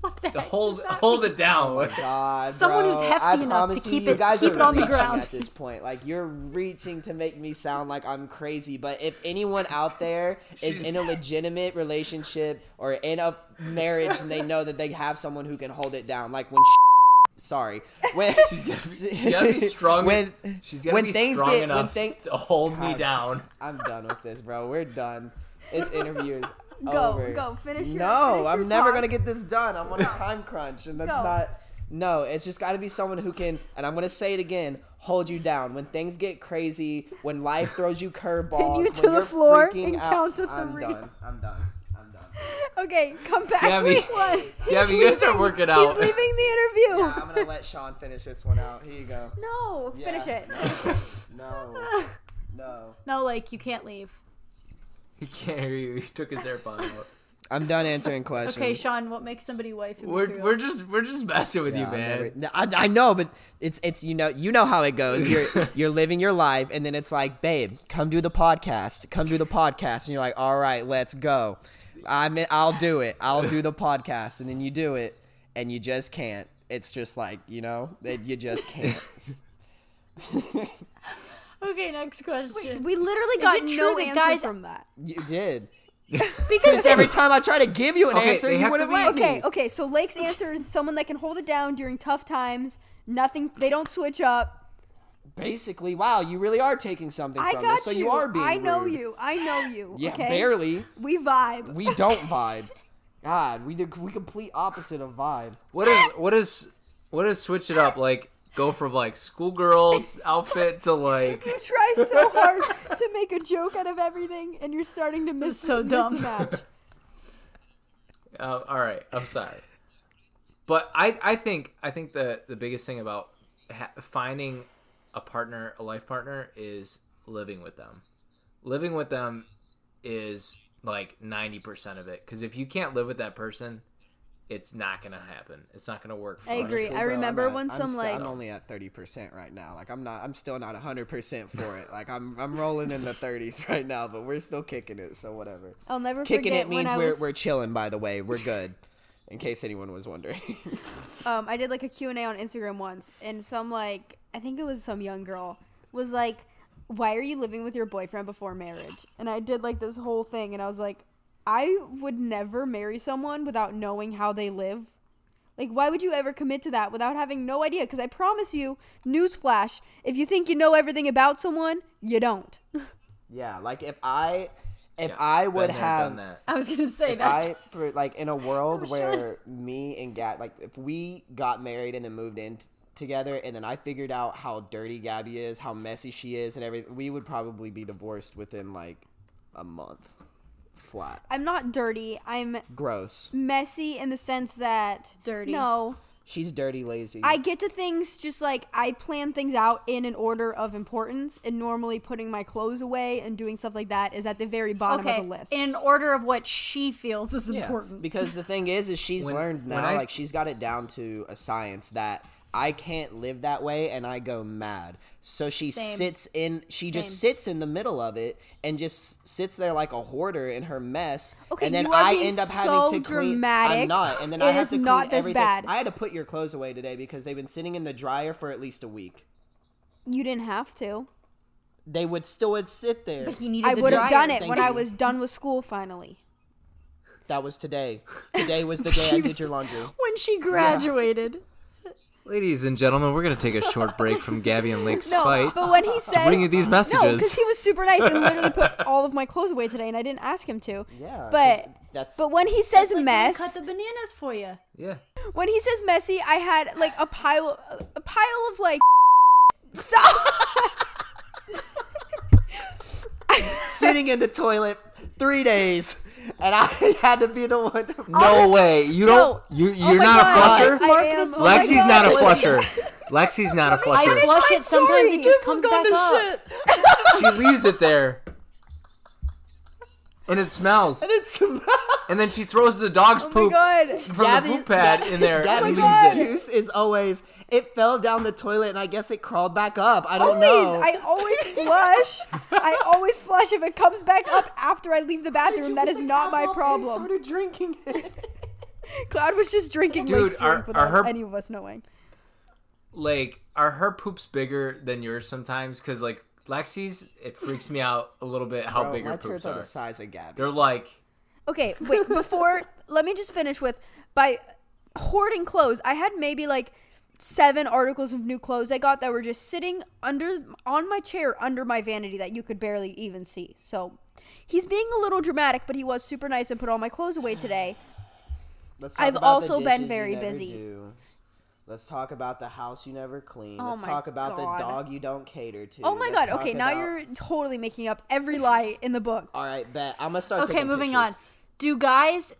what the heck Hold does that hold mean? it down. Oh my God, Someone who's bro. hefty I enough to promise keep you, you it- guys keep are it on the reaching ground. at this point. Like you're reaching to make me sound like I'm crazy. But if anyone out there is She's- in a legitimate relationship or in a marriage and they know that they have someone who can hold it down, like when. Sorry, when She's gotta be, she's gotta be strong. When she's gotta when be things strong get when enough thing- to hold me God. down. I'm done with this, bro. We're done. This interview is Go, over. go, finish your- No, finish your I'm never talk. gonna get this done. I'm on a time crunch, and that's Go. not. No, it's just got to be someone who can, and I'm gonna say it again, hold you down when things get crazy, when life throws you curveballs, you when to the you're floor freaking and out. count to I'm three. done. I'm done. I'm done. okay, come back. Gabby. Week one. Gabby, you gotta start working He's out. leaving the interview. Yeah, I'm gonna let Sean finish this one out. Here you go. No, Yeah. finish it. No, no. No, like you can't leave. He can't hear you. He took his AirPod out. I'm done answering questions. Okay, Sean, what makes somebody wifey We're, material? we're just we're just messing with Yeah, you, I'm man. never- no, I, I know, but it's it's you know you know how it goes. You're you're living your life, and then it's like, babe, come do the podcast, come do the podcast, and you're like, all right, let's go. I'm I'll do it. I'll do the podcast, and then you do it, and you just can't. It's just like you know that you just can't. okay, next question. We literally got it no true that answer guys- from that. You did because every time I try to give you an Okay, answer, they you have to wouldn't be- let me. Okay, okay. So Lake's answer is someone that can hold it down during tough times. Nothing. They don't switch up. Basically, wow, you really are taking something I from got this. So you. you are being. I know rude. you. I know you. Yeah, okay? barely. We vibe. We don't vibe. God, we the we complete opposite of vibe. What is what is what is switch it up? Like go from like schoolgirl outfit to like you try so hard to make a joke out of everything, and you're starting to miss so miss dumb. the match. Uh, all right, I'm sorry, but I I think I think the the biggest thing about ha- finding a partner, a life partner, is living with them. Living with them is like ninety percent of it. Because if you can't live with that person, it's not gonna happen. It's not gonna work. For I us. agree. Honestly, I bro, remember I'm at- when I'm some, st- like- I'm only at thirty percent right now. Like I'm not. I'm still not hundred percent for it. Like I'm. I'm rolling in the thirties right now, but we're still kicking it. So whatever. I'll never Kicking forget it when means I we're was. we're chilling. By the way, we're good. In case anyone was wondering. um, I did like a Q&A on Instagram once and some like I think it was some young girl was like why are you living with your boyfriend before marriage? And I did like this whole thing and I was like I would never marry someone without knowing how they live. Like why would you ever commit to that without having no idea cuz I promise you newsflash if you think you know everything about someone, you don't. yeah. Like if I, if Yeah, I been would there, have done that. I was gonna say if that's I for like in a world where me and Gab like if we got married and then moved in t- together and then I figured out how dirty Gabby is, how messy she is and everything, we would probably be divorced within like a month flat. I'm not dirty. I'm Gross. messy in the sense that Dirty. No. She's dirty lazy. I get to things just like I plan things out in an order of importance, and normally putting my clothes away and doing stuff like that is at the very bottom okay. of the list. In an order of what she feels is Yeah, important. because the thing is is she's When- learned when now I- like she's got it down to a science that I can't live that way and I go mad. So she Same. sits in she just sits in the middle of it and just sits there like a hoarder in her mess Okay, and then you are I being end up so having to clean dramatic. I'm not and then It I have is to clean not this everything. bad. I had to put your clothes away today because they've been sitting in the dryer for at least a week. you didn't have to. They would still would sit there. But he needed I the would have dryer. done it when thank I you. was done with school finally. That was today. Today was the day I She did was- your laundry. when she graduated. Ladies and gentlemen, we're gonna take a short break from Gabby and Lake's No, fight. but when he said bring you these no, because messages. he was super nice and literally put all of my clothes away today, and I didn't ask him to. Yeah, 'cause but that's- but when he says Like, mess, Cut the bananas for you. yeah, when he says messy, I had like a pile, a pile of like. Stop. sitting in the toilet three days, and I had to be the one. no way. You No. don't. You Oh you're my not God, a I flusher. Mark am- this oh my Lexi's God, not a listen. flusher. Lexi's not a flusher. I flush it. Sometimes it just comes back up. she leaves it there. And it smells. And it's And then she throws the dog's Oh my poop god. from the poop pad in there Gabby's and leaves it. excuse is always it fell down the toilet, and I guess it crawled back up. I don't Always, know. I always flush. I always flush. If it comes back up after I leave the bathroom, that is not my problem. started drinking it. Cloud was just drinking Dude, Dude, are- drink are without her- any of us knowing. Like, are her poops bigger than yours sometimes? Because, like, Lexi's, it freaks me out a little bit how big her Oh, my poops turds are. are the size of Gabby. They're like, Okay, wait, before let me just finish with by hoarding clothes. I had maybe like seven articles of new clothes I got that were just sitting under on my chair under my vanity that you could barely even see. So he's being a little dramatic, but he was super nice and put all my clothes away today. Let's I've about the also been dishes you very never busy. do. Let's talk about the house you never clean. Oh Let's my talk about God. the dog you don't cater to. Oh my Let's god, talk okay, now about- you're totally making up every lie in the book. All right, bet. I'm gonna start. Okay, taking moving pictures. on. Do guys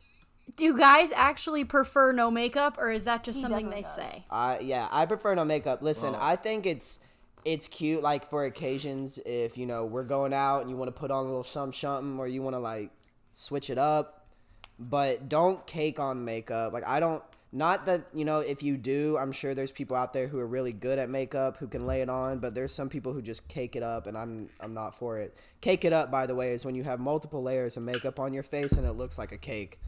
do guys actually prefer no makeup or is that just something they say? I yeah, I prefer no makeup. Listen, I think it's it's cute like for occasions if you know we're going out and you want to put on a little something, something or you want to like switch it up. But don't cake on makeup. Like I don't not that you know if you do, I'm sure there's people out there who are really good at makeup who can lay it on, but there's some people who just cake it up and I'm I'm not for it. Cake it up by the way is when you have multiple layers of makeup on your face and it looks like a cake.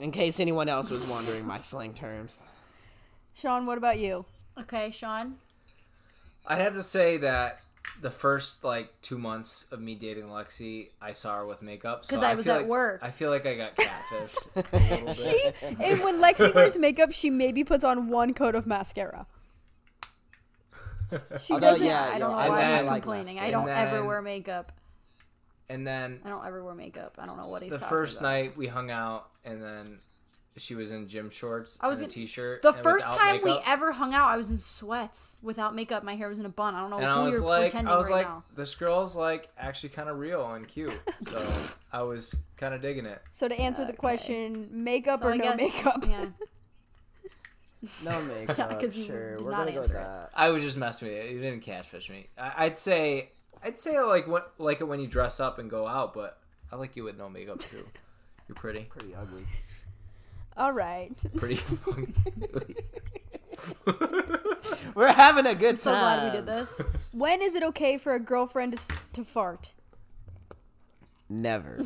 In case anyone else was wondering my slang terms. Sean, what about you? Okay, Sean. I have to say that the first like two months of me dating Lexi, I saw her with makeup. 'Cause Because I was at work. I feel like I got catfished a little bit. She and when Lexi wears makeup, she maybe puts on one coat of mascara. She Although, doesn't yeah, I yo, don't know I why like- I I was like complaining. mascara. I don't And ever then- wear makeup. And then I don't ever wear makeup. I don't know what he's the talking first about. night we hung out, and then she was in gym shorts I was and a gonna- t-shirt. The and first without time we makeup. ever hung out, I was in sweats without makeup. My hair was in a bun. I don't know and who I was you're like, pretending I was right like, now. this girl's like actually kind of real and cute, so I was kind of digging it. So to answer the question, makeup So or I no guess- makeup? Yeah. No makeup. 'cause you sure, did we're not gonna go with answer it. that. I was just messing with you. You didn't catfish me. I- I'd say, I'd say I like when, like it when you dress up and go out, but I like you with no makeup too. You're pretty. Pretty ugly. All right. Pretty fucking. We're having a good time. So glad we did this. When is it okay for a girlfriend to, s- to fart? Never.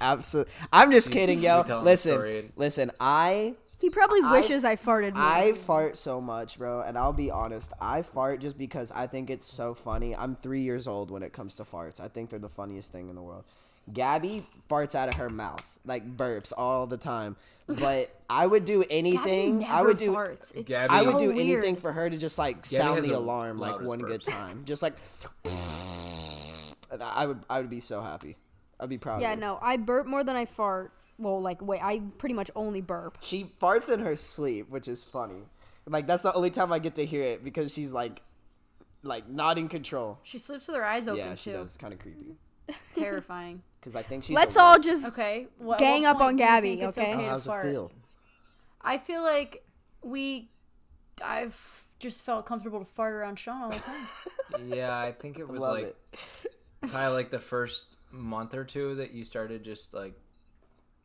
Absolutely. I'm just kidding, yo. tell him the story Listen, and- listen. I He probably wishes I farted. more. I fart so much, bro, and I'll be honest. I fart just because I think it's so funny. I'm three years old when it comes to farts. I think they're the funniest thing in the world. Gabby farts out of her mouth, like burps all the time. But I would do anything. Gabby I would never do. farts. It's Gabby- I would so do weird. anything for her to just like sound has the the alarm like loudest one good burps. time, just like. and I I would, I would be so happy. I'd be proud. of yeah, her. no, I burp more than I fart. Well, like, wait, I pretty much only burp. She farts in her sleep, which is funny. Like that's the only time I get to hear it because she's like, like not in control. She sleeps with her eyes open Yeah, she too. does. It's kind of creepy It's terrifying. because I think she's. Let's a all wet- just Okay. What, gang what up on point do you Gabby, think it's okay? Oh, to How's it fart? feel? I feel like we, I've just felt comfortable to fart around Sean all the time. Yeah, I think it was Love like probably like the first month or two that you started just like,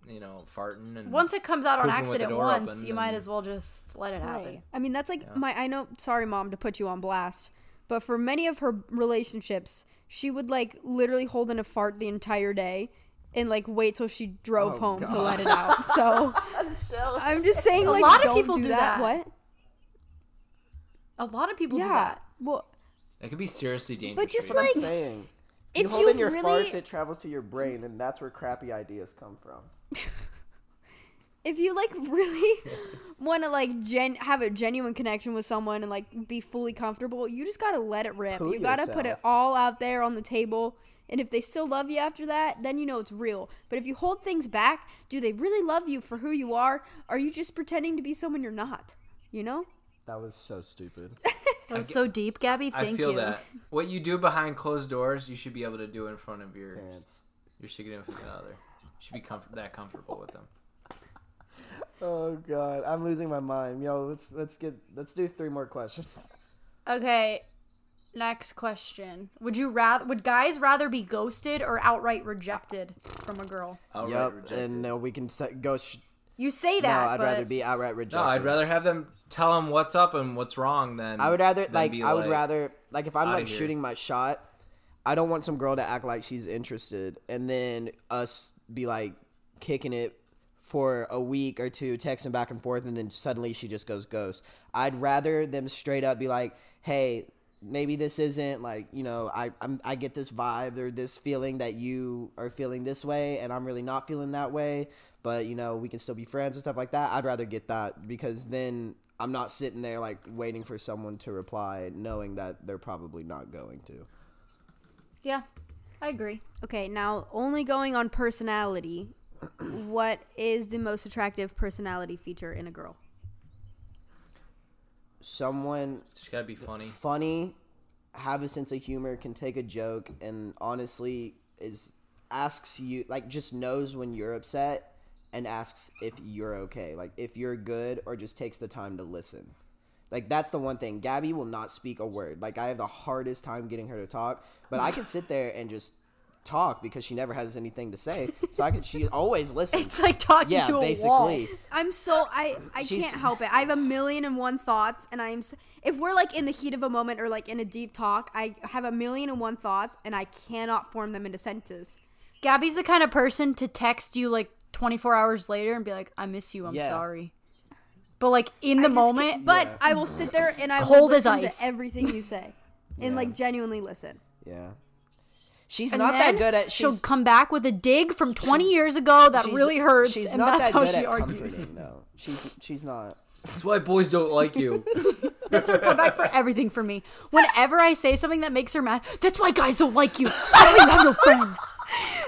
you know, farting and Once it comes out on Pooping with the accident door once, open, you might then- as well just let it happen. Right. I mean, that's like my. I know. Sorry, mom, to put you on blast, but for many of her relationships, she would like literally hold in a fart the entire day, and like wait till she drove Oh, home to let it out. So I'm just saying, like, lot of don't people do do that. that. What? A lot of people do Yeah. that. Well, it could be seriously dangerous. just for you. like- I'm saying. if You hold in your really, farts, it travels to your brain, and that's where crappy ideas come from. if you like really want to like gen have a genuine connection with someone and like be fully comfortable, you just gotta let it rip. Poo you gotta put it yourself. all out there on the table. And if they still love you after that, then you know it's real. But if you hold things back, do they really love you for who you are? Are you just pretending to be someone you're not? You know? That was so stupid. That was so deep, Gabby. I Thank feel you. that what you do behind closed doors, you should be able to do in front of your Parents. your significant other. You should be comfort- that comfortable with them. Oh god, I'm losing my mind. Yo, let's let's get let's do three more questions. Okay. Next question. Would you rather would guys rather be ghosted or outright rejected from a girl? Outright Yep, rejected. and uh, we can set, go. Sh- You say no, that, I'd but rather be outright rejected. no, I'd rather have them tell them what's up and what's wrong than I would rather than like be I would rather like if I'm outta like here. shooting my shot, I don't want some girl to act like she's interested and then us be like kicking it for a week or two, texting back and forth, and then suddenly she just goes ghost. I'd rather them straight up be like, "Hey, maybe this isn't like you know I I'm, I get this vibe or this feeling that you are feeling this way, and I'm really not feeling that way." But you know we can still be friends and stuff like that. I'd rather get that because then I'm not sitting there like waiting for someone to reply, knowing that they're probably not going to. Yeah. I agree. Okay, now only going on personality, what is the most attractive personality feature in a girl? Someone It's gotta be funny. funny, have a sense of humor, can take a joke, and honestly is asks you like just knows when you're upset and asks if you're okay, like if you're good, or just takes the time to listen. Like that's the one thing. Gabby will not speak a word. Like I have the hardest time getting her to talk, but I can sit there and just talk because she never has anything to say. So I can. She always listens. It's like talking Yeah, to a basically. wall. I'm so I I She's- can't help it. I have a million and one thoughts, and I'm s if we're like in the heat of a moment or like in a deep talk, I have a million and one thoughts, and I cannot form them into sentences. Gabby's the kind of person to text you like 24 hours later and be like, "I miss you. I'm Yeah. sorry." But like in I the just moment, can't- but I will sit there and I will Cold as listen ice. to everything you say, and like genuinely listen. Yeah. She's and not then that good at. she'll She's come back with a dig from 20 years ago that she's- really hurts, She's and not that's that how good she at argues. comforting, though. She's she's not. That's why boys don't like you. That's her comeback for everything for me. Whenever I say something that makes her mad, that's why guys don't like you. That's why you have no friends.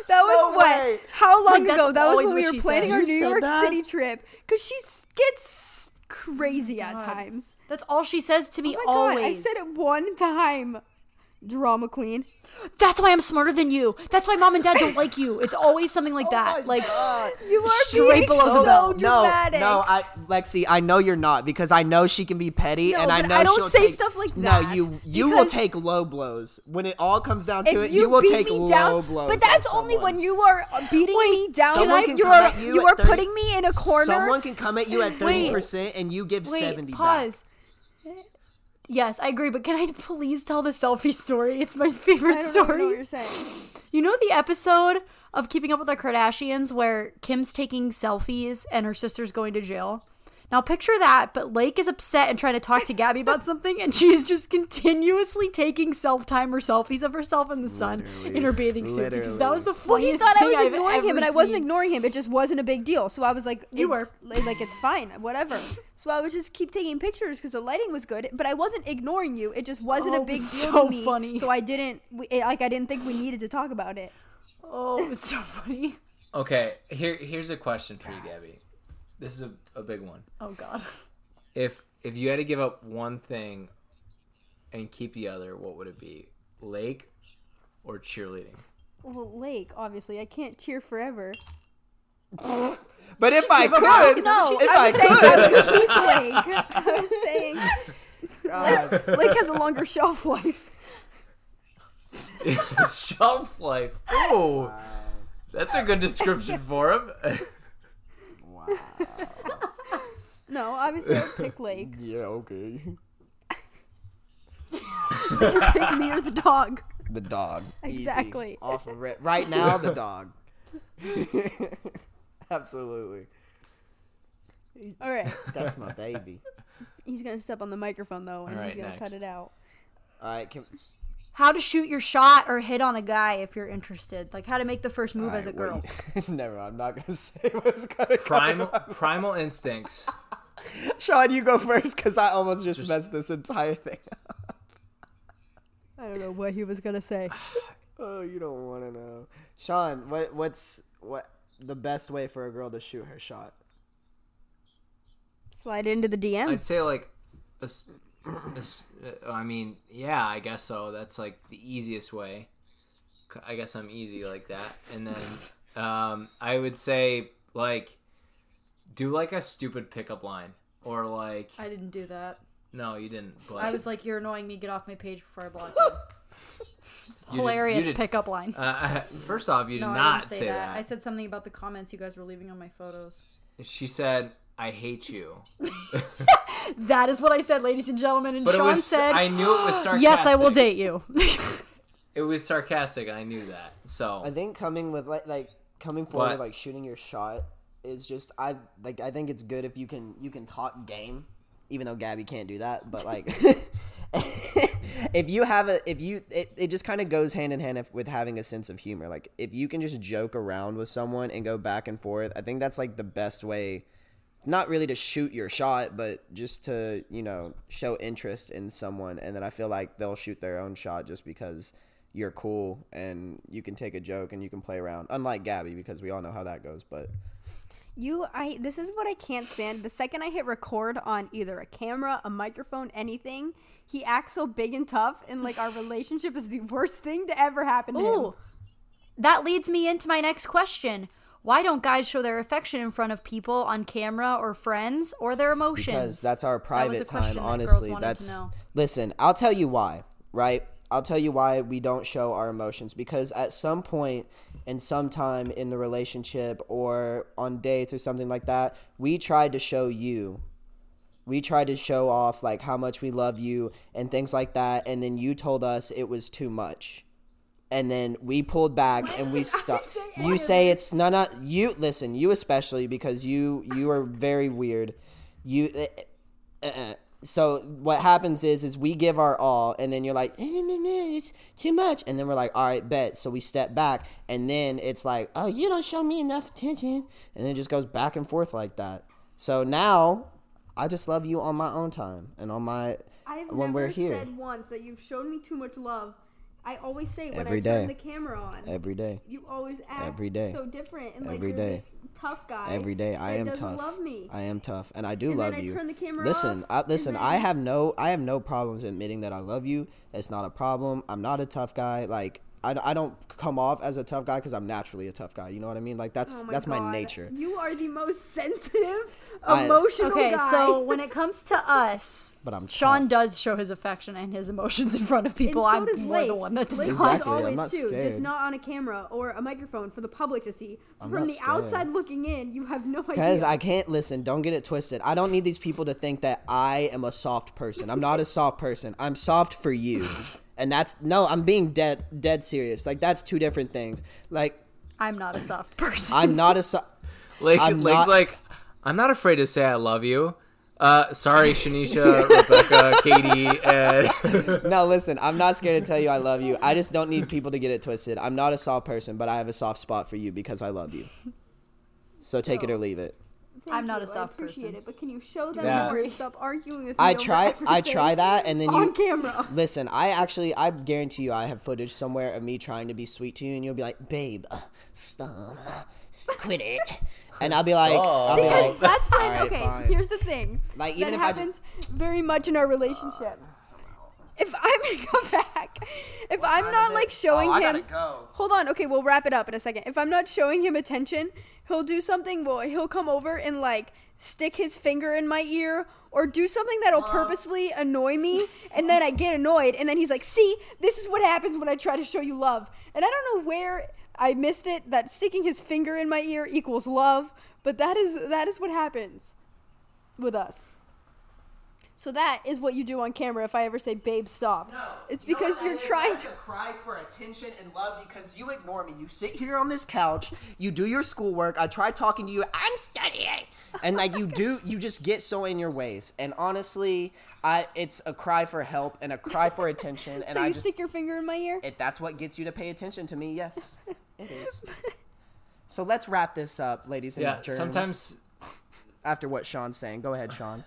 That was No way. what? How long Like, that's ago? That was always when we what were she planning said. our You New said York that? City trip because she s- gets crazy at times. That's all she says to me Oh my God, I always. said it one time. drama queen. That's why I'm smarter than you. That's why mom and dad don't like you. It's always something Oh like that. like Uh, You are Straight being below the so belt. dramatic. No, no, I Lexi, I know you're not because I know she can be petty, No, and I but know I don't she'll say take- stuff like No, that you you will because- take low blows when it all comes down if to it. you, You, will beat take me low down, blows. but that's at only someone. when you are uh, beating me down. someone I- can you come are at you you, at are 30 putting me in a corner. Someone can come at you at Wait. thirty percent, and you give seventy back. pause. Yes, I agree, but can I please tell the selfie story? It's my favorite I don't story. even know what you're saying. You know the episode of Keeping Up with the Kardashians where Kim's taking selfies and her sister's going to jail? Now picture that, but Lake is upset and trying to talk to Gabby about something, and she's just continuously taking self timer selfies of herself in the sun in her bathing suit because that was the Well, he funniest thought I thing was I've ignoring him, ever and I wasn't seen. ignoring him. It just wasn't a big deal. So I was like, You it's- like it's fine, whatever." So I would just keep taking pictures because the lighting was good, but I wasn't ignoring you. It just wasn't Oh, a big deal so to me. funny. So I didn't we- it- like I didn't think we needed to talk about it. Oh, it was so funny. Okay, here here's a question for you, Gabby. This is a, a big one. Oh God. If if you had to give up one thing and keep the other, what would it be? Lake or cheerleading? Well, Lake, obviously, I can't cheer forever. But if I No, could, no, if I'm I saying I would could, keep Lake. I'm saying Lake has a longer shelf life. Shelf life. Oh, that's a good description for him. No, obviously I would pick Lake. yeah, okay. pick me or the dog. The dog, Easy. Exactly. Off of ri- right now, the dog. Absolutely, All right, that's my baby. he's gonna step on the microphone though, and right, he's gonna cut next. it out. All right, can, How to shoot your shot or hit on a guy if you're interested. Like how to make the first move as a girl. Never. I'm not gonna say what's gonna Primal come. primal instincts. Sean, you go first because I almost just, messed this entire thing. up. I don't know what he was gonna say. Oh, you don't want to know, Sean. What what's what the best way for a girl to shoot her shot? Slide into the DM. I'd say like, a s- a s- uh, I mean, yeah, I guess so. That's like the easiest way. C- I guess I'm easy like that. And then um, I would say like, do like a stupid pickup line or like, I didn't do that. no, you didn't. But I was like, "You're annoying me. Get off my page before I block you." you did- you Hilarious did- pickup line. Uh, first off, you did No, not I didn't say, that. I said something about the comments you guys were leaving on my photos. she said, "I hate you." That is what I said, ladies and gentlemen. And But Sean it was. said, I knew it was sarcastic. "Yes, I will date you." It was sarcastic. I knew that. So I think coming with like like coming forward What? with like shooting your shot is just I like I think it's good if you can you can talk game, even though Gabby can't do that. But like if you have a if you it, it just kind of goes hand in hand if, with having a sense of humor. Like if you can just joke around with someone and go back and forth, I think that's like the best way. Not really to shoot your shot, but just to you know show interest in someone, and then I feel like they'll shoot their own shot just because you're cool and you can take a joke and you can play around. Unlike Gabby, because we all know how that goes. But You, I. This is what I can't stand. The second I hit record on either a camera, a microphone, anything, he acts so big and tough, and like our relationship is the worst thing to ever happen to him. Ooh. that leads me into my next question: Why don't guys show their affection in front of people on camera or friends or their emotions? because that's our was private a time, question that girls honestly. wanted to That's know. listen. I'll tell you why. Right? I'll tell you why we don't show our emotions because at some point and sometime in the relationship or on dates or something like that, we tried to show you we tried to show off like how much we love you and things like that and then you told us it was too much and then we pulled back and we stopped you say it's no no you listen you especially because you you are very weird you uh, uh, uh. so what happens is is we give our all and then you're like "Eh, meh, meh, it's too much and then we're like all right bet so we step back and then it's like oh you don't show me enough attention and it just goes back and forth like that so now I just love you on my own time and on my I've when never we're here. said once that you've shown me too much love, I always say when I Every turn day. the camera on. every day. you always act Every day. so different and like Every you're day. this tough guy. Every day, I that am doesn't tough. Love me. I am tough, and I do And then love I you. turn the camera listen, off, I, and listen. I then- have no, I have no problems admitting that I love you. It's not a problem. I'm not a tough guy. Like I, I don't come off as a tough guy because I'm naturally a tough guy. You know what I mean? Like that's Oh that's God. my nature. You are the most sensitive, I- emotional Okay, guy. so when it comes to us, But I'm Sean tough. does show his affection and his emotions in front of And people. so I'm does more Lake. the one that does Lake not. Exactly, always I'm not too, just scared. not on a camera or a microphone for the public to see. So I'm from not the scared. outside looking in, you have no Because idea. I can't listen. Don't get it twisted. I don't need these people to think that I am a soft person. I'm not a soft person. I'm soft for you, and that's no. I'm being dead dead serious. Like that's two different things. Like I'm not a soft person. I'm not a soft. Lake, I'm Lake's not- like, I'm not afraid to say I love you. Uh, sorry, Shanisha, Rebecca, Katie, and No, listen, I'm not scared to tell you I love you. I just don't need people to get it twisted. I'm not a soft person, but I have a soft spot for you because I love you. So take it or leave it. Thank I'm not you, a soft I appreciate person. it, but can you show them Yeah. more and stop arguing with me? I over try I everything try that and then on you camera. Listen, I actually I guarantee you I have footage somewhere of me trying to be sweet to you and you'll be like, "Babe, uh, stop. s- Quit it." And I'll be like, I'll be Because like that's when "All right, okay. fine." Here's the thing. Like, even that if I happens just- Uh, very much in our relationship. If I'm gonna go back, if I'm not like showing Oh, I him, gotta go. hold on. Okay, we'll wrap it up in a second. If I'm not showing him attention, he'll do something. Well, he'll come over and like stick his finger in my ear or do something that'll purposely annoy me, and then I get annoyed, and then he's like, "See, this is what happens when I try to show you love," and I don't know where. I missed it that sticking his finger in my ear equals love, but that is that is what happens with us. So that is what you do on camera if I ever say babe stop. It's because you're trying to cry for attention and love because you ignore me. You sit here on this couch, you do your schoolwork. I try talking to you. I'm studying, and like you do, you just get so in your ways. And honestly, I it's a cry for help and a cry for attention. And so I you just stick your finger in my ear? it, that's what gets you to pay attention to me. Yes, it is. So let's wrap this up, ladies and yeah. germs. Sometimes after what Sean's saying, go ahead, Sean.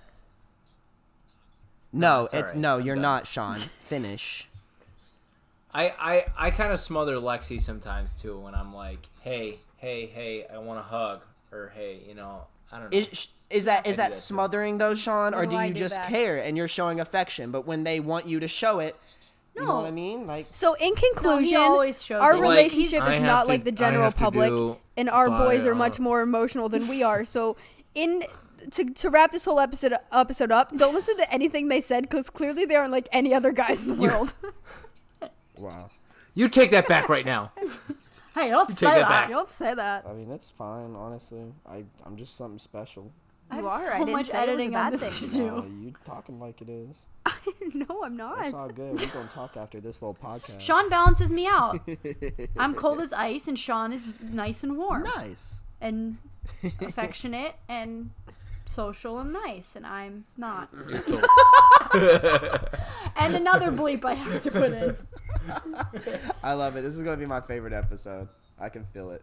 No, all it's right. no, I'm you're done. not, Sean. Finish. I I, I kind of smother Lexi sometimes too when I'm like, hey, hey, hey, I want a hug, or hey, you know, I don't know. Is is that is that smothering though, Sean, or do What do I you do just back? care and you're showing affection? But when they want you to show it, you know No. what I mean? Like So in conclusion, always shows our it. Like, relationship I is have not to- like the I general have to public do and our boys fire are much up. more emotional than we are. So in to, to wrap this whole episode episode up, don't listen to anything they said cuz clearly they aren't like any other guys in the world. wow. you take that back right now. hey, don't say take that that. back. Don't say that. I mean, that's fine, honestly. I I'm just something special. Uh, I have You are. I so didn't much say it was a editing bad on this thing. to do. you talking like it is. no, I'm not. good. We're gonna talk after this little podcast. Sean balances me out. I'm cold as ice, and Sean is nice and warm, nice. and affectionate, and social and nice, and I'm not. and another bleep I have to put in. I love it. This is gonna be my favorite episode. I can feel it.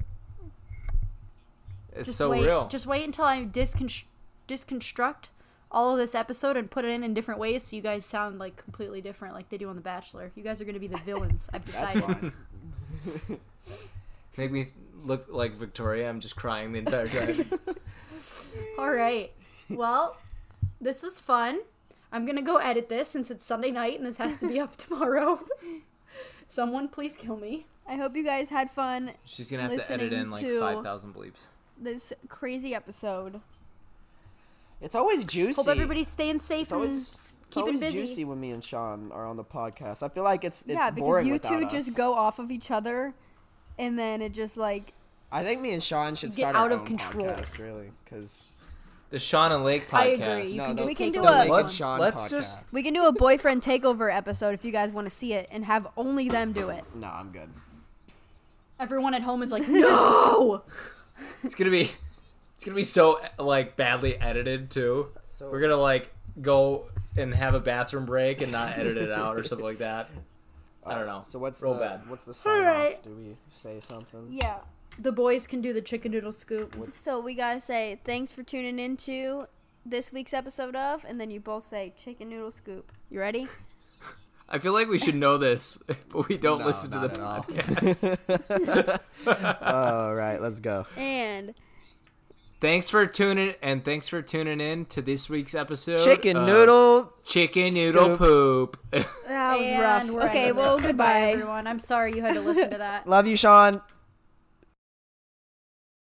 It's Just so wait, real. Just wait until I disconst- disconstruct all of this episode and put it in in different ways, so you guys sound like completely different, like they do on The Bachelor. You guys are going to be the villains. I've decided. Make me look like Victoria. I'm just crying the entire time. All right. Well, this was fun. I'm gonna go edit this since it's Sunday night and this has to be up tomorrow. Someone please kill me. I hope you guys had fun She's gonna have to edit Listening in like to- five thousand bleeps. this crazy episode. It's always juicy. Hope everybody's staying safe It's always and it's keeping always busy. juicy when me and Sean are on the podcast. I feel like it's it's yeah, because boring you without two us. just go off of each other, and then it just like I think me and Sean should Get start our out of own control. podcast, really, because The Sean and Lake podcast. I agree. You No, can no. just We can take do over a- this Lake one. Let's- Sean let's podcast. just- we can do a boyfriend takeover episode if you guys want to see it and have only them do it. No, I'm good. Everyone at home is like, no. It's gonna be, it's gonna be so like badly edited too. So- We're gonna like go and have a bathroom break and not edit it out or something like that. I don't know. So what's real the bad? what's the sign right. off? Do we say something? Yeah. the boys can do the chicken noodle scoop. So we gotta say thanks for tuning into this week's episode of, and then you both say chicken noodle scoop. You ready? I feel like we should know this, but we don't No, listen to not the at all. podcast. All right, let's go. And thanks for tuning and thanks for tuning in to this week's episode. Chicken of noodle. Chicken noodle Scoop. poop. that was And rough. we're out Okay, of well, this. goodbye. everyone. I'm sorry you had to listen to that. Love you, Sean.